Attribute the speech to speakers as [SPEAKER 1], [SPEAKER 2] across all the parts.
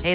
[SPEAKER 1] Hey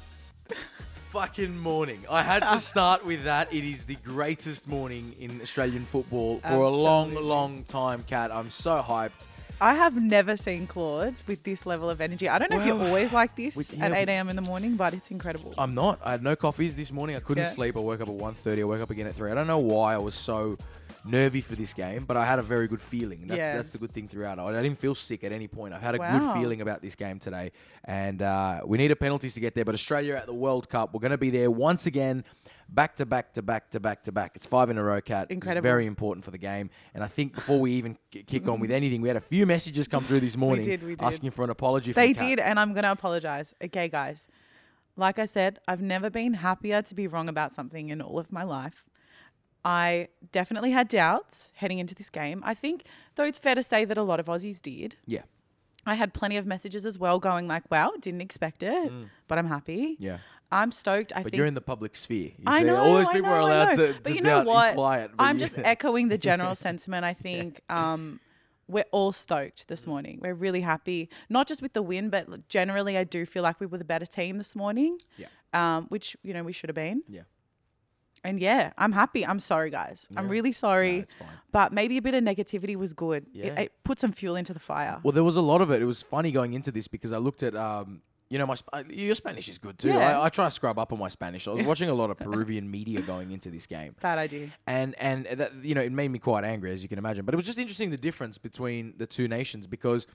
[SPEAKER 2] fucking morning. I had to start with that. It is the greatest morning in Australian football for a long,
[SPEAKER 3] Absolutely.
[SPEAKER 2] long time, Cat. I'm so hyped.
[SPEAKER 3] I have never seen Claude's with this level of energy. I don't know if
[SPEAKER 2] Well,
[SPEAKER 3] you're always like this
[SPEAKER 2] we- Oh, yeah,
[SPEAKER 3] at
[SPEAKER 2] we-
[SPEAKER 3] 8 a.m. in the morning, but it's incredible.
[SPEAKER 2] I'm not. I had no coffees this morning. I couldn't
[SPEAKER 3] Yeah.
[SPEAKER 2] sleep. I woke up at 1.30. I woke up again at 3. I don't know why I was so nervy for this game, but I had a very good feeling. That's,
[SPEAKER 3] Yeah.
[SPEAKER 2] that's the good thing throughout. I I didn't feel sick at any point. I've had a
[SPEAKER 3] Wow.
[SPEAKER 2] good feeling about this game today. And uh, we needed penalties to get there, but Australia at the World Cup, we're going to be there once again. Back to back to back to back to back. It's five in a row, Cat. It's
[SPEAKER 3] Incredible.
[SPEAKER 2] very important for the game. And I think before we even k- kick on with anything, we had a few messages come through this morning
[SPEAKER 3] did, we did.
[SPEAKER 2] asking for an apology.
[SPEAKER 3] They
[SPEAKER 2] from Kat.
[SPEAKER 3] did, and I'm going to apologize. Okay, guys. Like I said, I've never been happier to be wrong about something in all of my life. I definitely had doubts heading into this game. I think, though, it's fair to say that a lot of Aussies did.
[SPEAKER 2] Yeah.
[SPEAKER 3] I had plenty of messages as well going like, wow, didn't expect it, but I'm happy.
[SPEAKER 2] Mm. Yeah.
[SPEAKER 3] I'm stoked. I
[SPEAKER 2] But
[SPEAKER 3] think
[SPEAKER 2] you're in the public sphere. You
[SPEAKER 3] I
[SPEAKER 2] see,
[SPEAKER 3] know.
[SPEAKER 2] all those
[SPEAKER 3] I
[SPEAKER 2] people
[SPEAKER 3] know,
[SPEAKER 2] are
[SPEAKER 3] I
[SPEAKER 2] allowed
[SPEAKER 3] know.
[SPEAKER 2] to, to
[SPEAKER 3] But you know
[SPEAKER 2] doubt,
[SPEAKER 3] what?
[SPEAKER 2] imply it. but
[SPEAKER 3] I'm
[SPEAKER 2] you-
[SPEAKER 3] just echoing the general sentiment. I think um, we're all stoked this morning. We're really happy, not just with the win, but generally, I do feel like we were the better team this morning.
[SPEAKER 2] Yeah.
[SPEAKER 3] Um, which you know we should have been.
[SPEAKER 2] Yeah.
[SPEAKER 3] And yeah, I'm happy. I'm sorry, guys. I'm really sorry.
[SPEAKER 2] Nah, it's fine.
[SPEAKER 3] But maybe a bit of negativity was good. It,
[SPEAKER 2] Yeah.
[SPEAKER 3] it put some fuel into the fire.
[SPEAKER 2] Well, there was a lot of it. It was funny going into this because I looked at, um, you know, my Sp- uh, your Spanish is good too.
[SPEAKER 3] Yeah.
[SPEAKER 2] I, I try to scrub up on my Spanish. I was watching a lot of Peruvian media going into this game.
[SPEAKER 3] Bad idea.
[SPEAKER 2] and and that, you know it made me quite angry as you can imagine. But it was just interesting the difference between the two nations because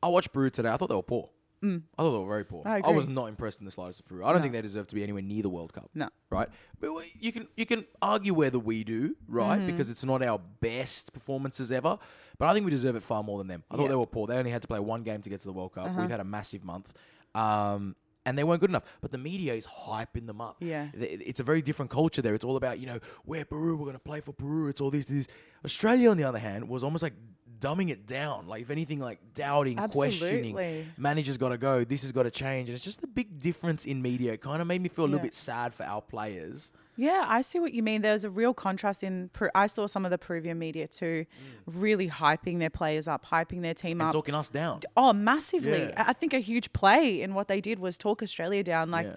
[SPEAKER 2] I watched Peru today. I thought they were poor. Mm. I thought they were very poor.
[SPEAKER 3] I
[SPEAKER 2] was
[SPEAKER 3] agree.
[SPEAKER 2] not impressed in the slightest with Peru. I don't think they deserve to be anywhere near the World Cup.
[SPEAKER 3] No.
[SPEAKER 2] right? But we- you can you can argue whether we do right
[SPEAKER 3] Mm-hmm.
[SPEAKER 2] because it's not our best performances ever. But I think we deserve it far more than them. I thought they were poor. They only had to play one game to get to the World Cup.
[SPEAKER 3] Uh-huh.
[SPEAKER 2] We've had a massive month. Um, and they weren't good enough, but the media is hyping them up
[SPEAKER 3] Yeah.
[SPEAKER 2] th- it's a very different culture there. It's all about, you know, we're Peru, we're going to play for Peru. It's all this, this. Australia, on the other hand, was almost like dumbing it down. Like, if anything, like doubting,
[SPEAKER 3] Absolutely.
[SPEAKER 2] questioning, manager's got to go, this has got to change. And it's just a big difference in media. It kind of made me feel a little
[SPEAKER 3] Yeah.
[SPEAKER 2] bit sad for our players.
[SPEAKER 3] Yeah, I see what you mean. There's a real contrast in. Per- I saw some of the Peruvian media too, really hyping their players up, hyping their team
[SPEAKER 2] Mm. and
[SPEAKER 3] up.
[SPEAKER 2] talking us down.
[SPEAKER 3] Oh, massively.
[SPEAKER 2] Yeah.
[SPEAKER 3] I I think a huge play in what they did was talk Australia down like
[SPEAKER 2] Yeah.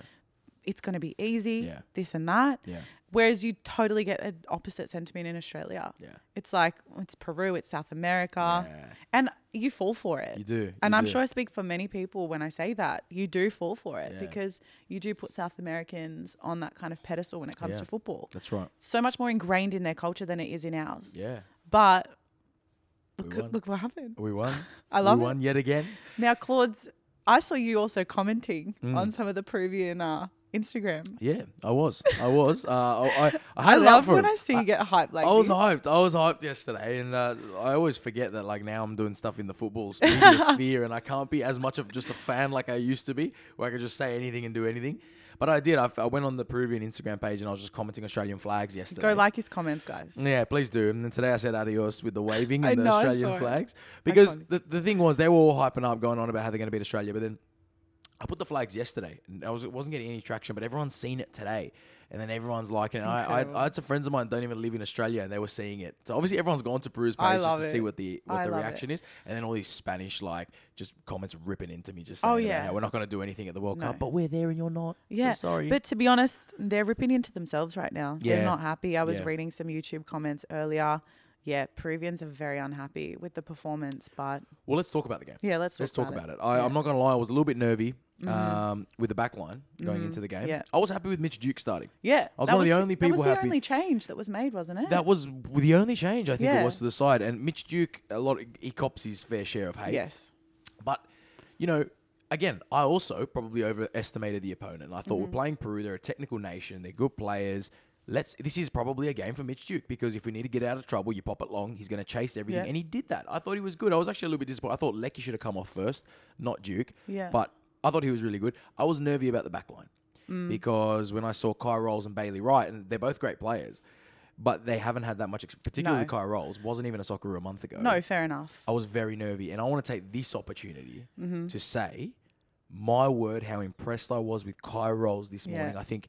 [SPEAKER 3] it's going to be easy,
[SPEAKER 2] Yeah.
[SPEAKER 3] this and that.
[SPEAKER 2] Yeah.
[SPEAKER 3] Whereas you totally get an opposite sentiment in Australia.
[SPEAKER 2] Yeah.
[SPEAKER 3] It's like it's Peru, it's South America.
[SPEAKER 2] Yeah.
[SPEAKER 3] And you fall for it.
[SPEAKER 2] You do, you
[SPEAKER 3] and I'm
[SPEAKER 2] do.
[SPEAKER 3] sure I speak for many people when I say that. You do fall for it
[SPEAKER 2] Yeah.
[SPEAKER 3] because you do put South Americans on that kind of pedestal when it comes
[SPEAKER 2] Yeah.
[SPEAKER 3] to football.
[SPEAKER 2] That's right.
[SPEAKER 3] so much more ingrained in their culture than it is in ours.
[SPEAKER 2] Yeah.
[SPEAKER 3] But
[SPEAKER 2] won.
[SPEAKER 3] look, look what happened.
[SPEAKER 2] We won.
[SPEAKER 3] I love
[SPEAKER 2] we
[SPEAKER 3] it.
[SPEAKER 2] won yet again.
[SPEAKER 3] Now, Claude's, I saw you also commenting
[SPEAKER 2] Mm.
[SPEAKER 3] on some of the Peruvian uh, Instagram.
[SPEAKER 2] Yeah, I was. I was. Uh, I, I, I
[SPEAKER 3] I
[SPEAKER 2] had it out
[SPEAKER 3] love
[SPEAKER 2] for
[SPEAKER 3] when
[SPEAKER 2] him.
[SPEAKER 3] I see you get hyped like
[SPEAKER 2] I was
[SPEAKER 3] this.
[SPEAKER 2] hyped. I was hyped yesterday, and uh, I always forget that. Like now, I'm doing stuff in the football s- media sphere, and I can't be as much of just a fan like I used to be, where I could just say anything and do anything. But I did. I, f- I went on the Peruvian Instagram page, and I was just commenting Australian flags yesterday.
[SPEAKER 3] Go like his comments, guys.
[SPEAKER 2] Yeah, please do. And then today I said adios with the waving
[SPEAKER 3] I
[SPEAKER 2] and the
[SPEAKER 3] know, I saw
[SPEAKER 2] Australian
[SPEAKER 3] it.
[SPEAKER 2] flags. Because
[SPEAKER 3] Iconic.
[SPEAKER 2] the, the thing was, they were all hyping up, going on about how they're going to beat Australia. But then I put the flags yesterday and I was, wasn't getting any traction, but everyone's seen it today. And then everyone's liking it. I, I, I had some friends of mine don't even live in Australia and they were seeing it. So obviously everyone's gone to Peru's
[SPEAKER 3] I
[SPEAKER 2] page just
[SPEAKER 3] love
[SPEAKER 2] to see
[SPEAKER 3] it.
[SPEAKER 2] what the what
[SPEAKER 3] I
[SPEAKER 2] the
[SPEAKER 3] love
[SPEAKER 2] reaction is. And then all these Spanish like just comments ripping into me, just saying
[SPEAKER 3] Oh,
[SPEAKER 2] about
[SPEAKER 3] yeah.
[SPEAKER 2] how we're not going to do anything at the World
[SPEAKER 3] No.
[SPEAKER 2] Cup, but we're there and you're not.
[SPEAKER 3] Yeah,
[SPEAKER 2] so sorry.
[SPEAKER 3] But to be honest, they're ripping into themselves right now. They're
[SPEAKER 2] Yeah.
[SPEAKER 3] not happy. I was
[SPEAKER 2] Yeah.
[SPEAKER 3] reading some YouTube comments earlier. yeah, Peruvians are very unhappy with the performance, but
[SPEAKER 2] Well, let's talk about the game.
[SPEAKER 3] yeah, let's talk
[SPEAKER 2] Let's talk
[SPEAKER 3] about, Mm-hmm.
[SPEAKER 2] about it. I, I'm not going to lie, I was a little bit nervy um, with the back line going into the game.
[SPEAKER 3] Yeah.
[SPEAKER 2] I was happy with Mitch Duke starting.
[SPEAKER 3] Yeah,
[SPEAKER 2] I was
[SPEAKER 3] that
[SPEAKER 2] one of the only
[SPEAKER 3] That
[SPEAKER 2] people
[SPEAKER 3] was the
[SPEAKER 2] happy.
[SPEAKER 3] only change that was made, wasn't it?
[SPEAKER 2] That was the only change I think
[SPEAKER 3] Yeah.
[SPEAKER 2] it was to the side. And Mitch Duke, a lot, he cops his fair share of hate.
[SPEAKER 3] yes.
[SPEAKER 2] But, you know, again, I also probably overestimated the opponent. I thought
[SPEAKER 3] Mm-hmm.
[SPEAKER 2] we're playing Peru. They're a technical nation. They're good players. Let's. This is probably a game for Mitch Duke because if we need to get out of trouble, you pop it long. He's going to chase everything,
[SPEAKER 3] Yeah.
[SPEAKER 2] and he did that. I thought he was good. I was actually a little bit disappointed. I thought Lecky should have come off first, not Duke.
[SPEAKER 3] Yeah.
[SPEAKER 2] But I thought he was really good. I was nervy about the back line
[SPEAKER 3] Mm.
[SPEAKER 2] because when I saw Kai Rolls and Bailey Wright, and they're both great players, but they haven't had that much. Ex- particularly
[SPEAKER 3] No.
[SPEAKER 2] Kai Rolls wasn't even a soccer a month ago.
[SPEAKER 3] No, fair enough.
[SPEAKER 2] I was very nervy, and I want to take this opportunity to say, my word, how impressed I was with Kai Rolls this morning.
[SPEAKER 3] Yeah.
[SPEAKER 2] I think,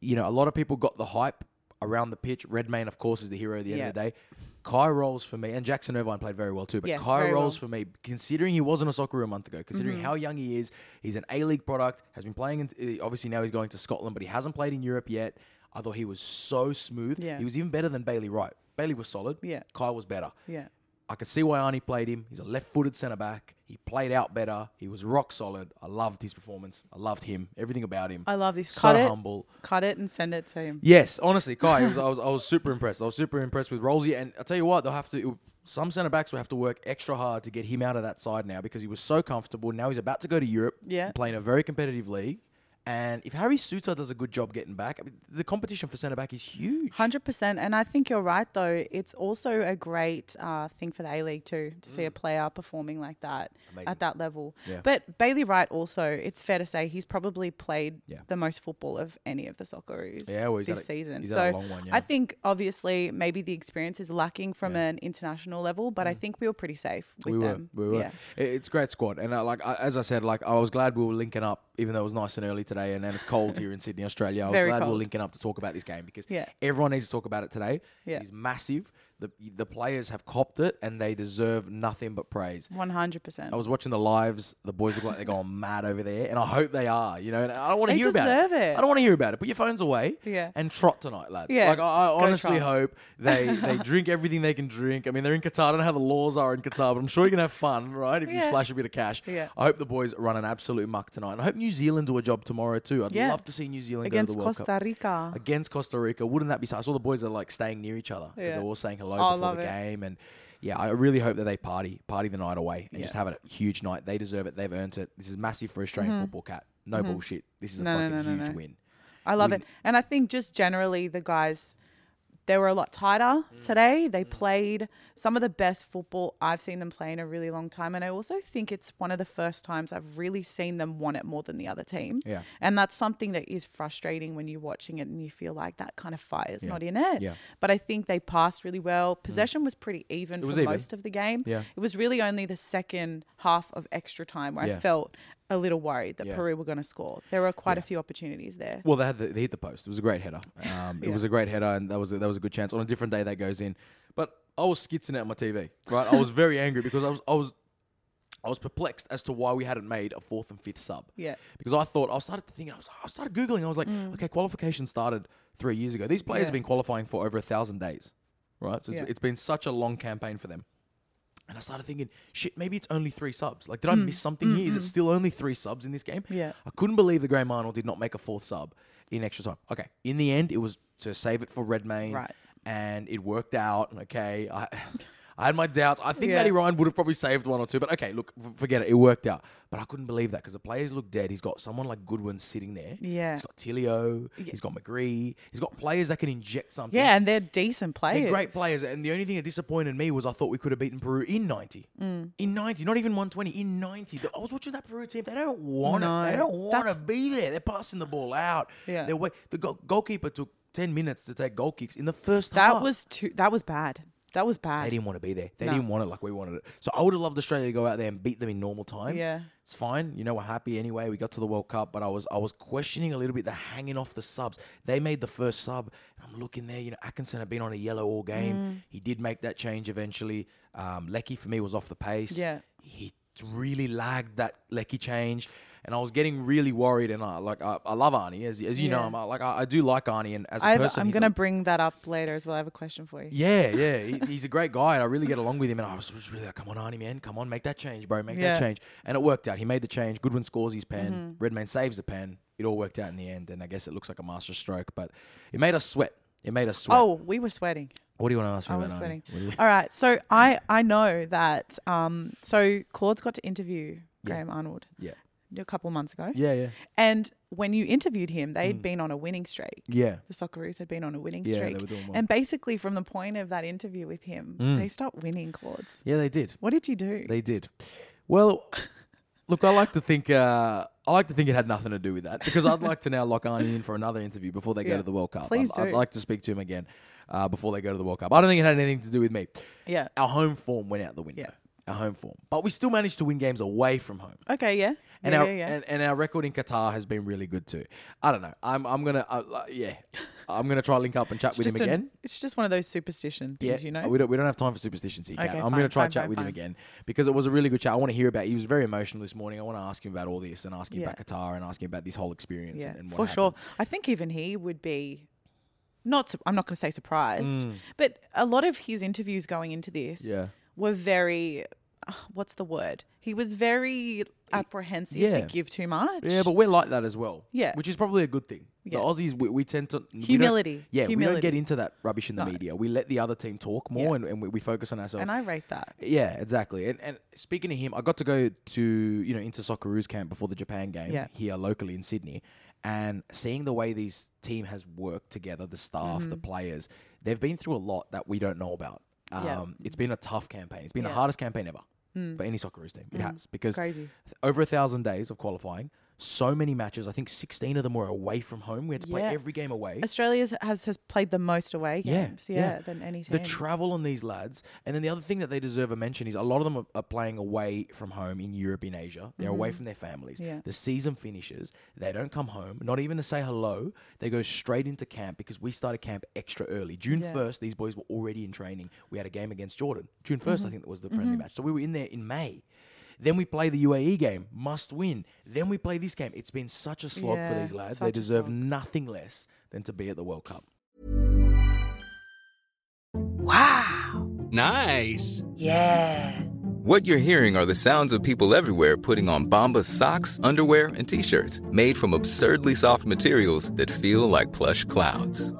[SPEAKER 2] you know, a lot of people got the hype around the pitch. Redmayne, of course, is the hero at the end of the day. Kai Rolls for me, and Jackson Irvine played very well too, but
[SPEAKER 3] Yes,
[SPEAKER 2] Kai
[SPEAKER 3] very
[SPEAKER 2] Rolls
[SPEAKER 3] well. Mm-hmm.
[SPEAKER 2] for me, considering he wasn't a soccer a month ago, considering how young he is, he's an A League product, has been playing, in, uh, obviously now he's going to Scotland, but he hasn't played in Europe yet. I thought he was so smooth.
[SPEAKER 3] Yeah.
[SPEAKER 2] He was even better than Bailey Wright. Bailey was solid.
[SPEAKER 3] Yeah.
[SPEAKER 2] Kai was better.
[SPEAKER 3] Yeah.
[SPEAKER 2] I could see why Arnie played him. He's a left-footed centre back. He played out better. He was rock solid. I loved his performance. I loved him. Everything about him.
[SPEAKER 3] I love this.
[SPEAKER 2] So
[SPEAKER 3] Cut it.
[SPEAKER 2] humble.
[SPEAKER 3] Cut it and send it to him.
[SPEAKER 2] Yes, honestly, Kai, it was, I was I was super impressed. I was super impressed with Rolsey, and I tell you what, they'll have to. Some centre backs will have to work extra hard to get him out of that side now because he was so comfortable. Now he's about to go to Europe,
[SPEAKER 3] Yeah.
[SPEAKER 2] play in a very competitive league. And if Harry Suter does a good job getting back, I mean, the competition for centre back is huge.
[SPEAKER 3] Hundred percent, and I think you're right. Though it's also a great uh, thing for the A League too to see a player performing like that
[SPEAKER 2] Mm. Amazing.
[SPEAKER 3] at that level.
[SPEAKER 2] Yeah.
[SPEAKER 3] But Bailey Wright also, it's fair to say he's probably played
[SPEAKER 2] Yeah.
[SPEAKER 3] the most football of any of the Socceroos
[SPEAKER 2] Yeah, well, he's
[SPEAKER 3] this
[SPEAKER 2] had a-
[SPEAKER 3] season.
[SPEAKER 2] he's
[SPEAKER 3] so
[SPEAKER 2] had a long one, yeah.
[SPEAKER 3] I think obviously maybe the experience is lacking from an international level, but I think we were pretty safe with
[SPEAKER 2] Mm. we were,
[SPEAKER 3] them.
[SPEAKER 2] We were.
[SPEAKER 3] Yeah.
[SPEAKER 2] I- It's a great squad, and uh, like I, as I said, like I was glad we were linking up, even though it was nice and early today, and, and it's cold here in Sydney, Australia. I was
[SPEAKER 3] Very
[SPEAKER 2] glad we were
[SPEAKER 3] cold.
[SPEAKER 2] linking up to talk about this game because
[SPEAKER 3] Yeah.
[SPEAKER 2] everyone needs to talk about it today.
[SPEAKER 3] Yeah.
[SPEAKER 2] It is massive. The the players have copped it, and they deserve nothing but praise.
[SPEAKER 3] One hundred percent.
[SPEAKER 2] I was watching the lives. The boys look like they're going mad over there, and I hope they are. You know, and I don't want to
[SPEAKER 3] They
[SPEAKER 2] hear about
[SPEAKER 3] deserve
[SPEAKER 2] it.
[SPEAKER 3] it.
[SPEAKER 2] I don't want to hear about it. Put your phones away.
[SPEAKER 3] Yeah.
[SPEAKER 2] And trot tonight, lads.
[SPEAKER 3] Yeah,
[SPEAKER 2] Like I, I
[SPEAKER 3] go
[SPEAKER 2] honestly
[SPEAKER 3] trot.
[SPEAKER 2] hope they they drink everything they can drink. I mean, they're in Qatar. I don't know how the laws are in Qatar, but I'm sure you can have fun, right? If you
[SPEAKER 3] Yeah.
[SPEAKER 2] splash a bit of cash.
[SPEAKER 3] Yeah.
[SPEAKER 2] I hope the boys run an absolute muck tonight, and I hope New Zealand do a job tomorrow too. I'd
[SPEAKER 3] Yeah.
[SPEAKER 2] love to see New Zealand go
[SPEAKER 3] against
[SPEAKER 2] to the World Cup
[SPEAKER 3] Costa Rica.
[SPEAKER 2] against Costa Rica. Wouldn't that be? so- I saw the boys are like staying near each other because
[SPEAKER 3] Yeah.
[SPEAKER 2] they're all saying hello
[SPEAKER 3] Oh, I
[SPEAKER 2] before
[SPEAKER 3] love
[SPEAKER 2] the
[SPEAKER 3] it.
[SPEAKER 2] game. And yeah, I really hope that they party, party the night away, and
[SPEAKER 3] Yeah. Mm-hmm.
[SPEAKER 2] just have a huge night. They deserve it. They've earned it. This is massive for Australian football, cat. No bullshit. This is a
[SPEAKER 3] No, no,
[SPEAKER 2] fucking
[SPEAKER 3] no, no,
[SPEAKER 2] huge
[SPEAKER 3] no.
[SPEAKER 2] win.
[SPEAKER 3] I love
[SPEAKER 2] We-
[SPEAKER 3] it. And I think just generally the guys they were a lot tighter
[SPEAKER 2] Mm.
[SPEAKER 3] today. They played some of the best football I've seen them play in a really long time. And I also think it's one of the first times I've really seen them want it more than the other team.
[SPEAKER 2] Yeah.
[SPEAKER 3] And that's something that is frustrating when you're watching it and you feel like that kind of fire's
[SPEAKER 2] Yeah.
[SPEAKER 3] not in it.
[SPEAKER 2] Yeah. Mm.
[SPEAKER 3] But I think they passed really well. Possession was pretty even
[SPEAKER 2] was
[SPEAKER 3] for
[SPEAKER 2] even.
[SPEAKER 3] most of the game.
[SPEAKER 2] Yeah.
[SPEAKER 3] It was really only the second half of extra time where
[SPEAKER 2] Yeah.
[SPEAKER 3] I felt a little worried that
[SPEAKER 2] Yeah.
[SPEAKER 3] Peru were going to score. There were quite a few opportunities there.
[SPEAKER 2] Well, they had the, they hit the post. It was a great header. Um, It was a great header, and that was a, that was a good chance. On a different day, that goes in. But I was skitzing out my TV. Right, I was very angry because I was I was I was perplexed as to why we hadn't made a fourth and fifth sub.
[SPEAKER 3] Yeah. Mm.
[SPEAKER 2] Because I thought I started thinking I was I started googling. I was like, okay, qualification started three years ago. These players
[SPEAKER 3] Yeah.
[SPEAKER 2] have been qualifying for over a thousand days, right? So it's,
[SPEAKER 3] Yeah.
[SPEAKER 2] it's been such a long campaign for them. And I started thinking, shit, maybe it's only three subs. Like, did I miss something here? Is it still only three subs in this game?
[SPEAKER 3] Mm. Yeah.
[SPEAKER 2] I couldn't believe the Graham Arnold did not make a fourth sub in extra time. Okay. In the end, it was to save it for Redmayne.
[SPEAKER 3] Right.
[SPEAKER 2] And it worked out. Okay. I I had my doubts. I think
[SPEAKER 3] Yeah.
[SPEAKER 2] Matty Ryan would have probably saved one or two, but okay, look, f- forget it. It worked out. But I couldn't believe that because the players look dead. He's got someone like Goodwin sitting there.
[SPEAKER 3] Yeah.
[SPEAKER 2] He's got Tilio. He's got McGree. He's got players that can inject something.
[SPEAKER 3] Yeah, and they're decent players.
[SPEAKER 2] They're great players, and the only thing that disappointed me was I thought we could have beaten Peru in 90.
[SPEAKER 3] Mm.
[SPEAKER 2] In 90, not even 120, in 90. The- I was watching that Peru team. They don't want
[SPEAKER 3] No,
[SPEAKER 2] it. They don't want to
[SPEAKER 3] that's-
[SPEAKER 2] be there. They're passing the ball out.
[SPEAKER 3] Yeah.
[SPEAKER 2] They're wait- the go- goalkeeper took 10 minutes to take goal kicks in the first half.
[SPEAKER 3] That was too. That was bad. That was bad.
[SPEAKER 2] They didn't want to be there. They
[SPEAKER 3] No.
[SPEAKER 2] didn't want it like we wanted it. So I would have loved Australia to go out there and beat them in normal time.
[SPEAKER 3] Yeah.
[SPEAKER 2] It's fine. You know, we're happy anyway. We got to the World Cup, but I was I was questioning a little bit the hanging off the subs. They made the first sub. And I'm looking there, you know, Atkinson had been on a yellow all game.
[SPEAKER 3] Mm.
[SPEAKER 2] He did make that change eventually. Um, Lecky for me was off the pace.
[SPEAKER 3] Yeah.
[SPEAKER 2] He really lagged that Lecky change. and I was getting really worried. And I like I, I love Arnie as as you know
[SPEAKER 3] Yeah.
[SPEAKER 2] I'm uh, like I, I do like Arnie and as a
[SPEAKER 3] I've,
[SPEAKER 2] person.
[SPEAKER 3] I'm
[SPEAKER 2] he's
[SPEAKER 3] going to
[SPEAKER 2] a-
[SPEAKER 3] bring that up later as well. I have a question for you.
[SPEAKER 2] yeah, yeah, he, he's a great guy, and I really get along with him. And I was just really like, "Come on, Arnie, man, come on, make that change, bro, make
[SPEAKER 3] Yeah. Mm-hmm.
[SPEAKER 2] that change." And it worked out. He made the change. Goodwin scores his pen. Redman saves the pen. It all worked out in the end, and I guess it looks like a master stroke, but it made us sweat. It made us sweat.
[SPEAKER 3] Oh, we were sweating.
[SPEAKER 2] what do you want to ask me
[SPEAKER 3] I
[SPEAKER 2] about?
[SPEAKER 3] was
[SPEAKER 2] Arnie?
[SPEAKER 3] sweating.
[SPEAKER 2] What do you-
[SPEAKER 3] All right. So I I know that. Um. So Claude's got to interview Graham Arnold
[SPEAKER 2] Yeah,
[SPEAKER 3] a couple of months ago.
[SPEAKER 2] yeah, yeah,
[SPEAKER 3] And when you interviewed him, they'd been on a winning streak.
[SPEAKER 2] yeah.
[SPEAKER 3] The Socceroos had been on a winning
[SPEAKER 2] Yeah, they
[SPEAKER 3] streak.
[SPEAKER 2] were doing well.
[SPEAKER 3] And basically, from the point of that interview with him, they start winning Claude's.
[SPEAKER 2] Yeah, they did.
[SPEAKER 3] What did you do?
[SPEAKER 2] They did. Well, look, I like to think uh, I like to think it had nothing to do with that because I'd like to now lock Arnie in for another interview before they go
[SPEAKER 3] Yeah.
[SPEAKER 2] to the World Cup.
[SPEAKER 3] Please
[SPEAKER 2] I'd, I'd
[SPEAKER 3] do.
[SPEAKER 2] like to speak to him again uh, before they go to the World Cup. I don't think it had anything to do with me.
[SPEAKER 3] yeah.
[SPEAKER 2] Our home form went out the window. Our home form, but we still managed to win games away from home.
[SPEAKER 3] Okay. Yeah.
[SPEAKER 2] And
[SPEAKER 3] yeah,
[SPEAKER 2] our
[SPEAKER 3] yeah, yeah.
[SPEAKER 2] And, and our record in Qatar has been really good too. I don't know. I'm I'm gonna uh, uh, yeah, I'm gonna try link up and chat with him
[SPEAKER 3] just an-
[SPEAKER 2] again.
[SPEAKER 3] it's just one of those superstition things, you know.
[SPEAKER 2] We don't, we don't have time for superstitions here, Kat.
[SPEAKER 3] Okay,
[SPEAKER 2] I'm going to
[SPEAKER 3] fine,
[SPEAKER 2] try
[SPEAKER 3] fine,
[SPEAKER 2] and chat
[SPEAKER 3] fine,
[SPEAKER 2] with him
[SPEAKER 3] fine.
[SPEAKER 2] again because it was a really good chat. I want to hear about He was very emotional this morning. I want to ask him about all this and ask him about Qatar and ask him about this whole experience
[SPEAKER 3] yeah,
[SPEAKER 2] and, and what
[SPEAKER 3] for
[SPEAKER 2] happened.
[SPEAKER 3] sure. I think even he would be not. su- I'm not going to say surprised, but a lot of his interviews going into this
[SPEAKER 2] Mm. Yeah.
[SPEAKER 3] were very. ah, What's the word? He was very apprehensive to
[SPEAKER 2] yeah.
[SPEAKER 3] give too much.
[SPEAKER 2] Yeah, but we're like that as well.
[SPEAKER 3] Yeah.
[SPEAKER 2] Which is probably a good thing. The
[SPEAKER 3] Yeah.
[SPEAKER 2] Aussies, we, we tend to. we don't-
[SPEAKER 3] Humility.
[SPEAKER 2] yeah, we don't
[SPEAKER 3] Humility.
[SPEAKER 2] get into that rubbish in the media. We let the other team talk more
[SPEAKER 3] Yeah.
[SPEAKER 2] and, and we, we focus on ourselves.
[SPEAKER 3] and I rate that.
[SPEAKER 2] Yeah, exactly. And and speaking of him, I got to go to you know into Socceroos camp before the Japan game
[SPEAKER 3] Yeah.
[SPEAKER 2] here locally in Sydney, and seeing the way these team has worked together, the staff,
[SPEAKER 3] Mm-hmm.
[SPEAKER 2] the players, they've been through a lot that we don't know about. Um,
[SPEAKER 3] Yeah.
[SPEAKER 2] It's been a tough campaign. It's been the
[SPEAKER 3] Yeah. Mm.
[SPEAKER 2] hardest campaign ever for any Socceroos team. It has because
[SPEAKER 3] Crazy.
[SPEAKER 2] th- over a thousand days of qualifying, so many matches. I think sixteen of them were away from home. We had to play
[SPEAKER 3] Yeah.
[SPEAKER 2] every game away.
[SPEAKER 3] Australia has has played the most away
[SPEAKER 2] Yeah,
[SPEAKER 3] games, yeah,
[SPEAKER 2] yeah.
[SPEAKER 3] than any team.
[SPEAKER 2] The travel on these lads, and then the other thing that they deserve a mention is a lot of them are, are playing away from home in Europe, in Asia. They're away from their families.
[SPEAKER 3] Mm-hmm. Yeah.
[SPEAKER 2] The season finishes. They don't come home, not even to say hello. They go straight into camp because we started camp extra early. June
[SPEAKER 3] Yeah.
[SPEAKER 2] first, these boys were already in training. We had a game against Jordan. June 1st
[SPEAKER 3] Mm-hmm.
[SPEAKER 2] I think that was the friendly match. So we were in there in May. Then we play the UAE game, must win. Then we play this game. It's been such a slog for
[SPEAKER 3] Yeah,
[SPEAKER 2] these lads.
[SPEAKER 3] such
[SPEAKER 2] They
[SPEAKER 3] a
[SPEAKER 2] deserve
[SPEAKER 3] slog.
[SPEAKER 2] nothing less than to be at the World Cup.
[SPEAKER 4] Nice. Yeah. What you're hearing are the sounds of people everywhere putting on Bombas socks, underwear, and t-shirts made from absurdly soft materials that feel like plush clouds.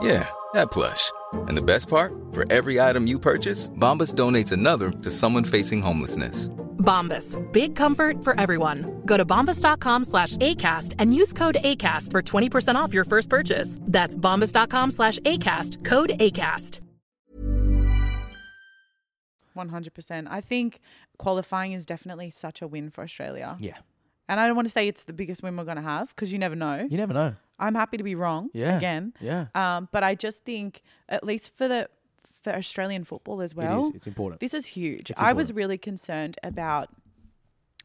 [SPEAKER 4] Yeah, that plush. And the best part? For every item you purchase, Bombas donates another to someone facing homelessness.
[SPEAKER 5] Bombas. Big comfort for everyone. Go to bombas.com slash ACAST and use code ACAST for 20% off your first purchase. That's bombas.com slash ACAST. Code ACAST.
[SPEAKER 3] One hundred percent. I think qualifying is definitely such a win for Australia.
[SPEAKER 2] Yeah.
[SPEAKER 3] And I don't want to say it's the biggest win we're going to have because you never know.
[SPEAKER 2] You never know.
[SPEAKER 3] I'm happy to be wrong.
[SPEAKER 2] Yeah.
[SPEAKER 3] Again.
[SPEAKER 2] Yeah.
[SPEAKER 3] Um, but I just think, at least for the for Australian football as well,
[SPEAKER 2] It's important.
[SPEAKER 3] This is huge.
[SPEAKER 2] It's
[SPEAKER 3] I was
[SPEAKER 2] important.
[SPEAKER 3] really concerned about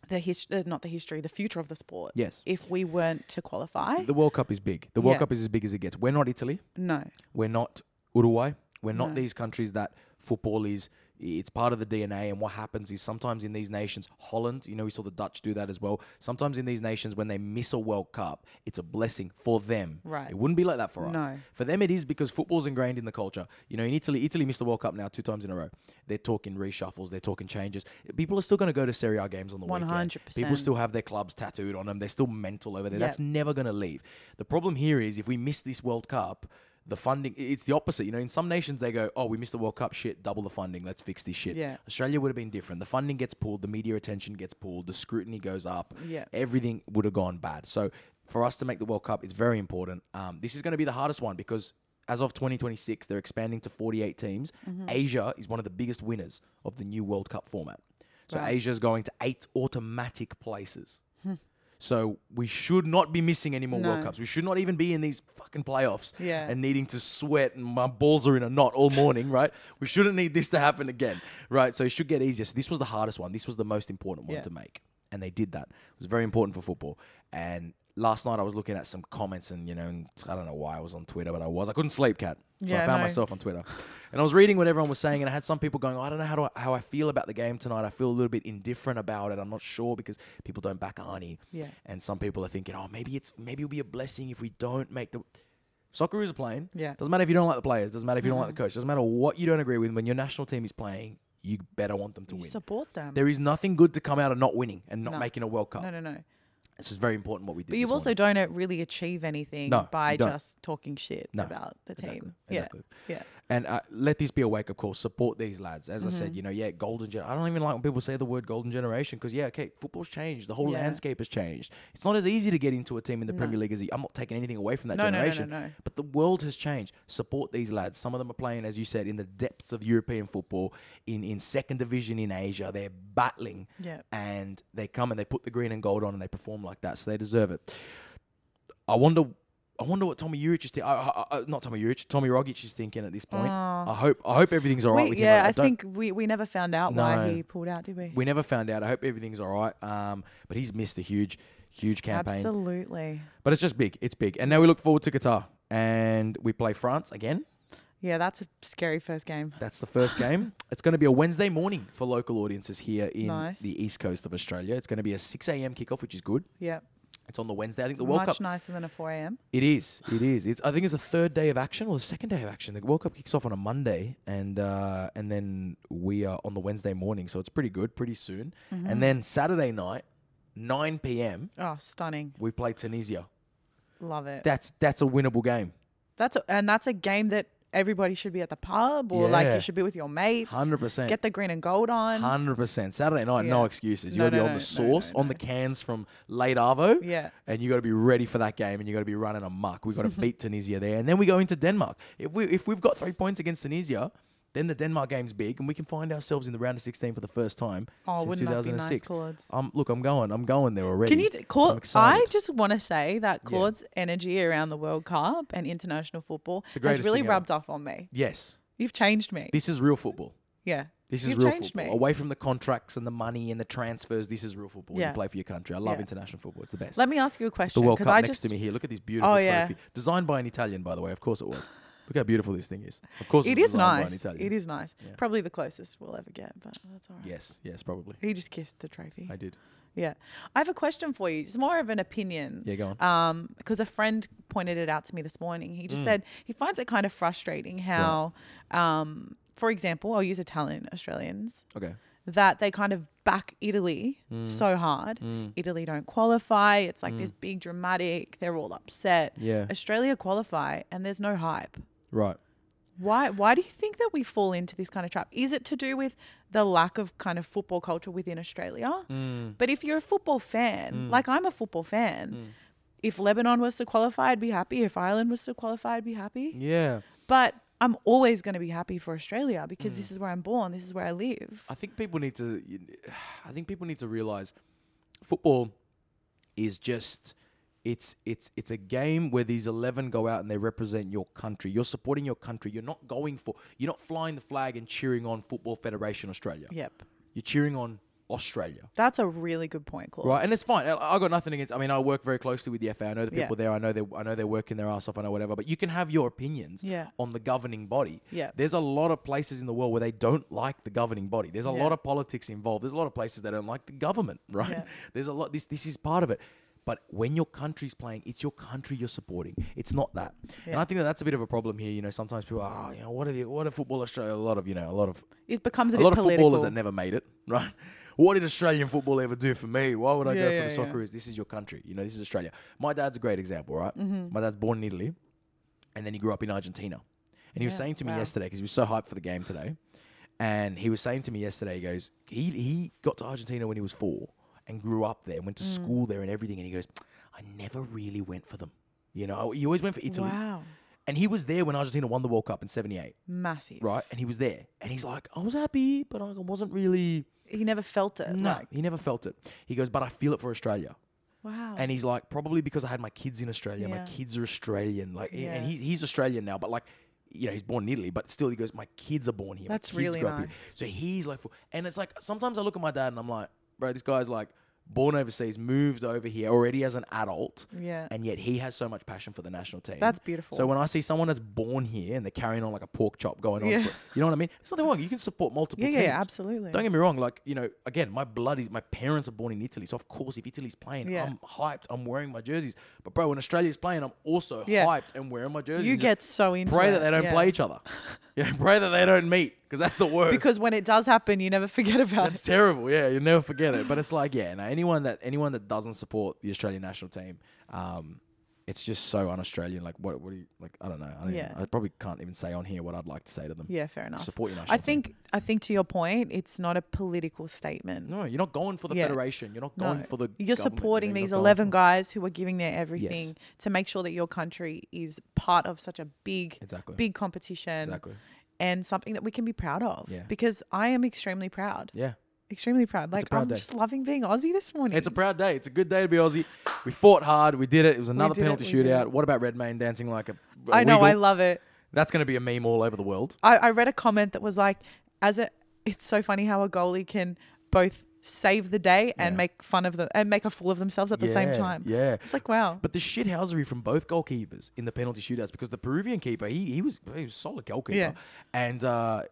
[SPEAKER 3] the history, not the history, the future of the sport.
[SPEAKER 2] Yes.
[SPEAKER 3] If we weren't to qualify,
[SPEAKER 2] The World Cup is big. The World
[SPEAKER 3] Yeah.
[SPEAKER 2] Cup is as big as it gets. We're not Italy.
[SPEAKER 3] no.
[SPEAKER 2] We're not Uruguay. We're not these countries that football is. It's part of the DNA, and what happens is sometimes in these nations, Holland, you know, we saw the Dutch do that as well. Sometimes in these nations, when they miss a World Cup, it's a blessing for them.
[SPEAKER 3] Right.
[SPEAKER 2] It wouldn't be like that for us.
[SPEAKER 3] No.
[SPEAKER 2] For them, it is because football's ingrained in the culture. You know, in Italy, Italy missed the World Cup now two times in a row. They're talking reshuffles, they're talking changes. People are still going to go to Serie A games on the weekend.
[SPEAKER 3] 100%.
[SPEAKER 2] People still have their clubs tattooed on them. They're still mental over there. That's
[SPEAKER 3] Yep.
[SPEAKER 2] never going to leave. The problem here is if we miss this World Cup, the funding, i- it's the opposite. You know, in some nations, they go, oh, we missed the World Cup, shit, double the funding, let's fix this shit.
[SPEAKER 3] Yeah.
[SPEAKER 2] Australia would have been different. The funding gets pulled, the media attention gets pulled, the scrutiny goes up.
[SPEAKER 3] Yeah.
[SPEAKER 2] Everything would have gone bad. So for us to make the World Cup, it's very important. Um, this is going to be the hardest one because as of 2026, they're expanding to 48 teams. Asia is one of the biggest winners of the new World Cup format. So Asia's going to eight automatic places. So we should not be missing any more World
[SPEAKER 3] No.
[SPEAKER 2] Cups. We should not even be in these fucking playoffs
[SPEAKER 3] Yeah.
[SPEAKER 2] and needing to sweat and my balls are in a knot all morning, right? We shouldn't need this to happen again, right? So it should get easier. So this was the hardest one. This was the most important one
[SPEAKER 3] Yeah.
[SPEAKER 2] to make. And they did that. It was very important for football. And last night I was looking at some comments and you know and I don't know why I was on Twitter, but I was. I couldn't sleep, cat. So
[SPEAKER 3] Yeah,
[SPEAKER 2] I found
[SPEAKER 3] no.
[SPEAKER 2] myself on Twitter, and I was reading what everyone was saying, and I had some people going, "Oh, "I don't know how do I, how I feel about the game tonight. I feel a little bit indifferent about it. I'm not sure because people don't back Arnie.
[SPEAKER 3] Yeah.
[SPEAKER 2] And some people are thinking, "Oh, maybe it's maybe it'll be a blessing if we don't make the." Socceroos are playing.
[SPEAKER 3] Yeah. Mm-hmm.
[SPEAKER 2] Doesn't matter if you don't like the players. Doesn't matter if you don't like the coach. Doesn't matter what you don't agree with. When your national team is playing, you better want them to
[SPEAKER 3] You
[SPEAKER 2] win.
[SPEAKER 3] support them.
[SPEAKER 2] There is nothing good to come out of not winning and not making a World Cup.
[SPEAKER 3] no, no, no.
[SPEAKER 2] This is very important what we did.
[SPEAKER 3] But you
[SPEAKER 2] this
[SPEAKER 3] also
[SPEAKER 2] morning.
[SPEAKER 3] don't uh, really achieve anything
[SPEAKER 2] No,
[SPEAKER 3] by
[SPEAKER 2] you don't.
[SPEAKER 3] just talking shit
[SPEAKER 2] No,
[SPEAKER 3] about the team.
[SPEAKER 2] exactly,
[SPEAKER 3] Yeah.
[SPEAKER 2] exactly.
[SPEAKER 3] Yeah.
[SPEAKER 2] And uh, let this be a wake up call. Support these lads. As I
[SPEAKER 3] Mm-hmm.
[SPEAKER 2] said, you know, yeah, golden. Gen- I don't even like when people say the word golden generation because yeah, okay, football's changed. The whole
[SPEAKER 3] Yeah.
[SPEAKER 2] landscape has changed. It's not as easy to get into a team in the Premier League as you- I'm not taking anything away from that
[SPEAKER 3] No, no, no, no,
[SPEAKER 2] generation.
[SPEAKER 3] no.
[SPEAKER 2] But the world has changed. Support these lads. Some of them are playing, as you said, in the depths of European football, in in second division in Asia. They're battling.
[SPEAKER 3] Yeah.
[SPEAKER 2] And they come and they put the green and gold on and they perform like that. So they deserve it. I wonder. I wonder what Tommy Urich is. Th- I, I, I, not Tommy Urich. Tommy Rogic is thinking at this point. I hope. I hope everything's all right
[SPEAKER 3] Oh. We-
[SPEAKER 2] with him.
[SPEAKER 3] yeah,
[SPEAKER 2] I,
[SPEAKER 3] I,
[SPEAKER 2] don't-
[SPEAKER 3] think we, we never found out why
[SPEAKER 2] No.
[SPEAKER 3] he pulled out, did we?
[SPEAKER 2] we never found out. I hope everything's all right. Um, but he's missed a huge, huge campaign.
[SPEAKER 3] Absolutely.
[SPEAKER 2] But it's just big. It's big. And now we look forward to Qatar and we play France again.
[SPEAKER 3] Yeah, that's a scary first game.
[SPEAKER 2] That's the first game. It's going to be a Wednesday morning for local audiences here in
[SPEAKER 3] Nice.
[SPEAKER 2] the east coast of Australia. It's going to be a 6 a.m. kickoff, which is good.
[SPEAKER 3] Yeah.
[SPEAKER 2] It's on the Wednesday. I think the World
[SPEAKER 3] Much
[SPEAKER 2] Cup.
[SPEAKER 3] nicer than a 4 a.m.
[SPEAKER 2] It is. It is. It's. I think it's the third day of action or the second day of action. The World Cup kicks off on a Monday, and uh, and then we are on the Wednesday morning, so it's pretty good, pretty soon. And then Saturday night, nine p.m.
[SPEAKER 3] Oh, stunning.
[SPEAKER 2] We play Tunisia.
[SPEAKER 3] Love it.
[SPEAKER 2] That's that's a winnable game.
[SPEAKER 3] that's a, and that's a game that everybody should be at the pub or like
[SPEAKER 2] Yeah.
[SPEAKER 3] you should be with your mates.
[SPEAKER 2] 100%.
[SPEAKER 3] Get the green and gold on.
[SPEAKER 2] Hundred percent. Saturday night, no
[SPEAKER 3] Yeah.
[SPEAKER 2] excuses. You
[SPEAKER 3] No,
[SPEAKER 2] got to be
[SPEAKER 3] no,
[SPEAKER 2] on
[SPEAKER 3] no,
[SPEAKER 2] the
[SPEAKER 3] no, no,
[SPEAKER 2] source, on the
[SPEAKER 3] no.
[SPEAKER 2] cans from late Arvo.
[SPEAKER 3] Yeah.
[SPEAKER 2] And you got to be ready for that game, and you got to be running amok. We got to beat Tunisia there, and then we go into Denmark. If we if we've got three points against Tunisia, then the Denmark game's big, and we can find ourselves in the round of sixteen for the first time
[SPEAKER 3] Oh,
[SPEAKER 2] since
[SPEAKER 3] wouldn't that be nice,
[SPEAKER 2] 2006.
[SPEAKER 3] Claude?
[SPEAKER 2] um, look, I'm going. I'm going there already.
[SPEAKER 3] Can you d- Claude?
[SPEAKER 2] I'm
[SPEAKER 3] I
[SPEAKER 2] excited.
[SPEAKER 3] just want to say that Claude's energy around the World Cup and international football has
[SPEAKER 2] greatest
[SPEAKER 3] really
[SPEAKER 2] thing ever.
[SPEAKER 3] rubbed off on me.
[SPEAKER 2] yes,
[SPEAKER 3] You've changed me.
[SPEAKER 2] this is real football.
[SPEAKER 3] yeah.
[SPEAKER 2] This
[SPEAKER 3] You've
[SPEAKER 2] is real
[SPEAKER 3] changed
[SPEAKER 2] football.
[SPEAKER 3] me.
[SPEAKER 2] Away from the contracts and the money and the transfers, this is real football.
[SPEAKER 3] Yeah.
[SPEAKER 2] You play for your country. I love
[SPEAKER 3] Yeah.
[SPEAKER 2] international football. It's the best.
[SPEAKER 3] Let me ask you a question.
[SPEAKER 2] the World
[SPEAKER 3] 'cause
[SPEAKER 2] Cup
[SPEAKER 3] I
[SPEAKER 2] next
[SPEAKER 3] just,
[SPEAKER 2] to me here. Look at this beautiful
[SPEAKER 3] Oh,
[SPEAKER 2] trophy.
[SPEAKER 3] yeah.
[SPEAKER 2] Designed by an Italian, by the way. Of course it was. Look how beautiful this thing is. Of course
[SPEAKER 3] It
[SPEAKER 2] was
[SPEAKER 3] is
[SPEAKER 2] designed by an
[SPEAKER 3] nice.
[SPEAKER 2] Italian.
[SPEAKER 3] It is nice. Probably the closest we'll ever get, but that's all right.
[SPEAKER 2] Yes, yes, probably.
[SPEAKER 3] He just kissed the trophy.
[SPEAKER 2] I did.
[SPEAKER 3] Yeah. I have a question for you. It's more of an opinion.
[SPEAKER 2] Yeah, go on. Mm.
[SPEAKER 3] Um, because a friend pointed it out to me this morning. He just said he finds it kind of frustrating how, um, for example, I'll use Italian Australians
[SPEAKER 2] Okay.
[SPEAKER 3] that they kind of back Italy
[SPEAKER 2] Mm.
[SPEAKER 3] so hard. Italy don't qualify. It's like this big dramatic. They're all upset.
[SPEAKER 2] Yeah.
[SPEAKER 3] Australia qualify and there's no hype.
[SPEAKER 2] Right.
[SPEAKER 3] Why why do you think that we fall into this kind of trap? Is it to do with the lack of kind of football culture within Australia?
[SPEAKER 2] Mm.
[SPEAKER 3] But if you're a football fan, like I'm a football fan, if Lebanon was to qualify, I'd be happy. If Ireland was to qualify, I'd be happy.
[SPEAKER 2] Yeah.
[SPEAKER 3] But I'm always going to be happy for Australia because this is where I'm born, this is where I live.
[SPEAKER 2] Mm. I think people need to I think people need to realize football is just it's it's it's a game where these 11 go out and they represent your country. You're supporting your country. You're not going for you're not flying the flag and cheering on Football Federation Australia.
[SPEAKER 3] Yep.
[SPEAKER 2] You're cheering on Australia.
[SPEAKER 3] That's a really good point, Claude.
[SPEAKER 2] Right, and it's fine. I, I got nothing against. I mean, I work very closely with the FA. I know the
[SPEAKER 3] Yeah.
[SPEAKER 2] people there. I know they. I know they're working their ass off. I know whatever. But you can have your opinions
[SPEAKER 3] Yeah.
[SPEAKER 2] on the governing body.
[SPEAKER 3] Yeah.
[SPEAKER 2] There's a lot of places in the world where they don't like the governing body. There's a
[SPEAKER 3] Yeah.
[SPEAKER 2] lot of politics involved. There's a lot of places they don't like the government. Right.
[SPEAKER 3] Yeah.
[SPEAKER 2] There's a lot. This this is part of it. But when your country's playing, it's your country you're supporting. It's not that. And I think that that's a bit of a problem here. You know, sometimes people, are, oh, you know, what are the what are football Australia? A lot of you know, a lot of
[SPEAKER 3] it becomes a,
[SPEAKER 2] a
[SPEAKER 3] bit
[SPEAKER 2] lot of
[SPEAKER 3] political.
[SPEAKER 2] footballers that never made it, right? What did Australian football ever do for me? Why would I
[SPEAKER 3] Yeah,
[SPEAKER 2] go
[SPEAKER 3] yeah,
[SPEAKER 2] for the
[SPEAKER 3] yeah.
[SPEAKER 2] Socceroos? This is your country. You know, this is Australia. My dad's a great example, right?
[SPEAKER 3] Mm-hmm.
[SPEAKER 2] My dad's born in Italy, and then he grew up in Argentina. And he was saying to me
[SPEAKER 3] wow.
[SPEAKER 2] yesterday because he was so hyped for the game today, and he was saying to me yesterday, he goes, he he got to Argentina when he was four and grew up there, went to
[SPEAKER 3] Mm.
[SPEAKER 2] school there and everything, and he goes, I never really went for them. You know, he always went for Italy,
[SPEAKER 3] Wow.
[SPEAKER 2] and he was there when Argentina won the World Cup in '78
[SPEAKER 3] Massive.
[SPEAKER 2] right? And he was there, and he's like, I was happy, but I wasn't really.
[SPEAKER 3] He never felt it.
[SPEAKER 2] No,
[SPEAKER 3] Uh, Like,
[SPEAKER 2] he never felt it. He goes, but I feel it for Australia.
[SPEAKER 3] wow.
[SPEAKER 2] And he's like, probably because I had my kids in Australia. My
[SPEAKER 3] Yeah.
[SPEAKER 2] kids are Australian, like,
[SPEAKER 3] Yeah.
[SPEAKER 2] and he, he's Australian now, but like. You know, he's born in Italy, but still he goes, My kids are born here. My
[SPEAKER 3] That's
[SPEAKER 2] kids
[SPEAKER 3] really
[SPEAKER 2] grew up here."
[SPEAKER 3] nice.
[SPEAKER 2] So he's like, and it's like, sometimes I look at my dad and I'm like, Bro, this guy's like, born overseas, moved over here already as an adult,
[SPEAKER 3] Yeah.
[SPEAKER 2] and yet he has so much passion for the national team.
[SPEAKER 3] That's beautiful.
[SPEAKER 2] So when I see someone that's born here and they're carrying on like a pork chop going on,
[SPEAKER 3] Yeah.
[SPEAKER 2] for, you know what I mean? There's nothing wrong. You can support multiple
[SPEAKER 3] Yeah, yeah,
[SPEAKER 2] teams.
[SPEAKER 3] absolutely.
[SPEAKER 2] Don't get me wrong. Like you know, again, my blood is my parents are born in Italy, so of course if Italy's playing,
[SPEAKER 3] Yeah.
[SPEAKER 2] I'm hyped. I'm wearing my jerseys. But bro, when Australia's playing, I'm also
[SPEAKER 3] Yeah.
[SPEAKER 2] hyped and wearing my jerseys.
[SPEAKER 3] You
[SPEAKER 2] and just
[SPEAKER 3] get so into
[SPEAKER 2] pray
[SPEAKER 3] it,
[SPEAKER 2] that they don't
[SPEAKER 3] yeah.
[SPEAKER 2] play each other. Yeah, pray that they don't meet because that's the worst.
[SPEAKER 3] because when it does happen, you never forget about
[SPEAKER 2] That's
[SPEAKER 3] it.
[SPEAKER 2] terrible. Yeah, you'll never forget it. But it's like, yeah, no, anyone that anyone that doesn't support the Australian national team, um, it's just so un-Australian. Like, what? What do you like? I don't know. I don't
[SPEAKER 3] Yeah.
[SPEAKER 2] even, I probably can't even say on here what I'd like to say to them.
[SPEAKER 3] Yeah, fair enough.
[SPEAKER 2] Support your national
[SPEAKER 3] I
[SPEAKER 2] team.
[SPEAKER 3] think I think to your point, it's not a political statement.
[SPEAKER 2] No, you're not going for the
[SPEAKER 3] Yeah.
[SPEAKER 2] federation. You're not going
[SPEAKER 3] No.
[SPEAKER 2] for the.
[SPEAKER 3] You're
[SPEAKER 2] government, you know,
[SPEAKER 3] supporting
[SPEAKER 2] you're not
[SPEAKER 3] these
[SPEAKER 2] going
[SPEAKER 3] 11
[SPEAKER 2] for-
[SPEAKER 3] guys who are giving their everything to make sure that your country is part of such a big,
[SPEAKER 2] Exactly.
[SPEAKER 3] big competition
[SPEAKER 2] Exactly.
[SPEAKER 3] and something that we can be proud of.
[SPEAKER 2] Yeah.
[SPEAKER 3] Because I am extremely proud.
[SPEAKER 2] Yeah.
[SPEAKER 3] Extremely proud. Like,
[SPEAKER 2] proud
[SPEAKER 3] I'm
[SPEAKER 2] day.
[SPEAKER 3] just loving being Aussie this morning.
[SPEAKER 2] It's a proud day. It's a good day to be Aussie. We fought hard. We did it. It was another
[SPEAKER 3] did it,
[SPEAKER 2] penalty
[SPEAKER 3] we did it.
[SPEAKER 2] shootout. What about Redmayne dancing like a? a
[SPEAKER 3] I know, I
[SPEAKER 2] wiggle?
[SPEAKER 3] love it.
[SPEAKER 2] That's going to be a meme all over the world.
[SPEAKER 3] I, I read a comment that was like, as a, it's so funny how a goalie can both save the day and
[SPEAKER 2] Yeah.
[SPEAKER 3] make fun of them and make a fool of themselves at the same
[SPEAKER 2] Yeah,
[SPEAKER 3] time.
[SPEAKER 2] yeah.
[SPEAKER 3] It's like, wow.
[SPEAKER 2] But the shithousery from both goalkeepers in the penalty shootouts because the Peruvian keeper, he he was he was a solid goalkeeper.
[SPEAKER 3] Yeah.
[SPEAKER 2] And uh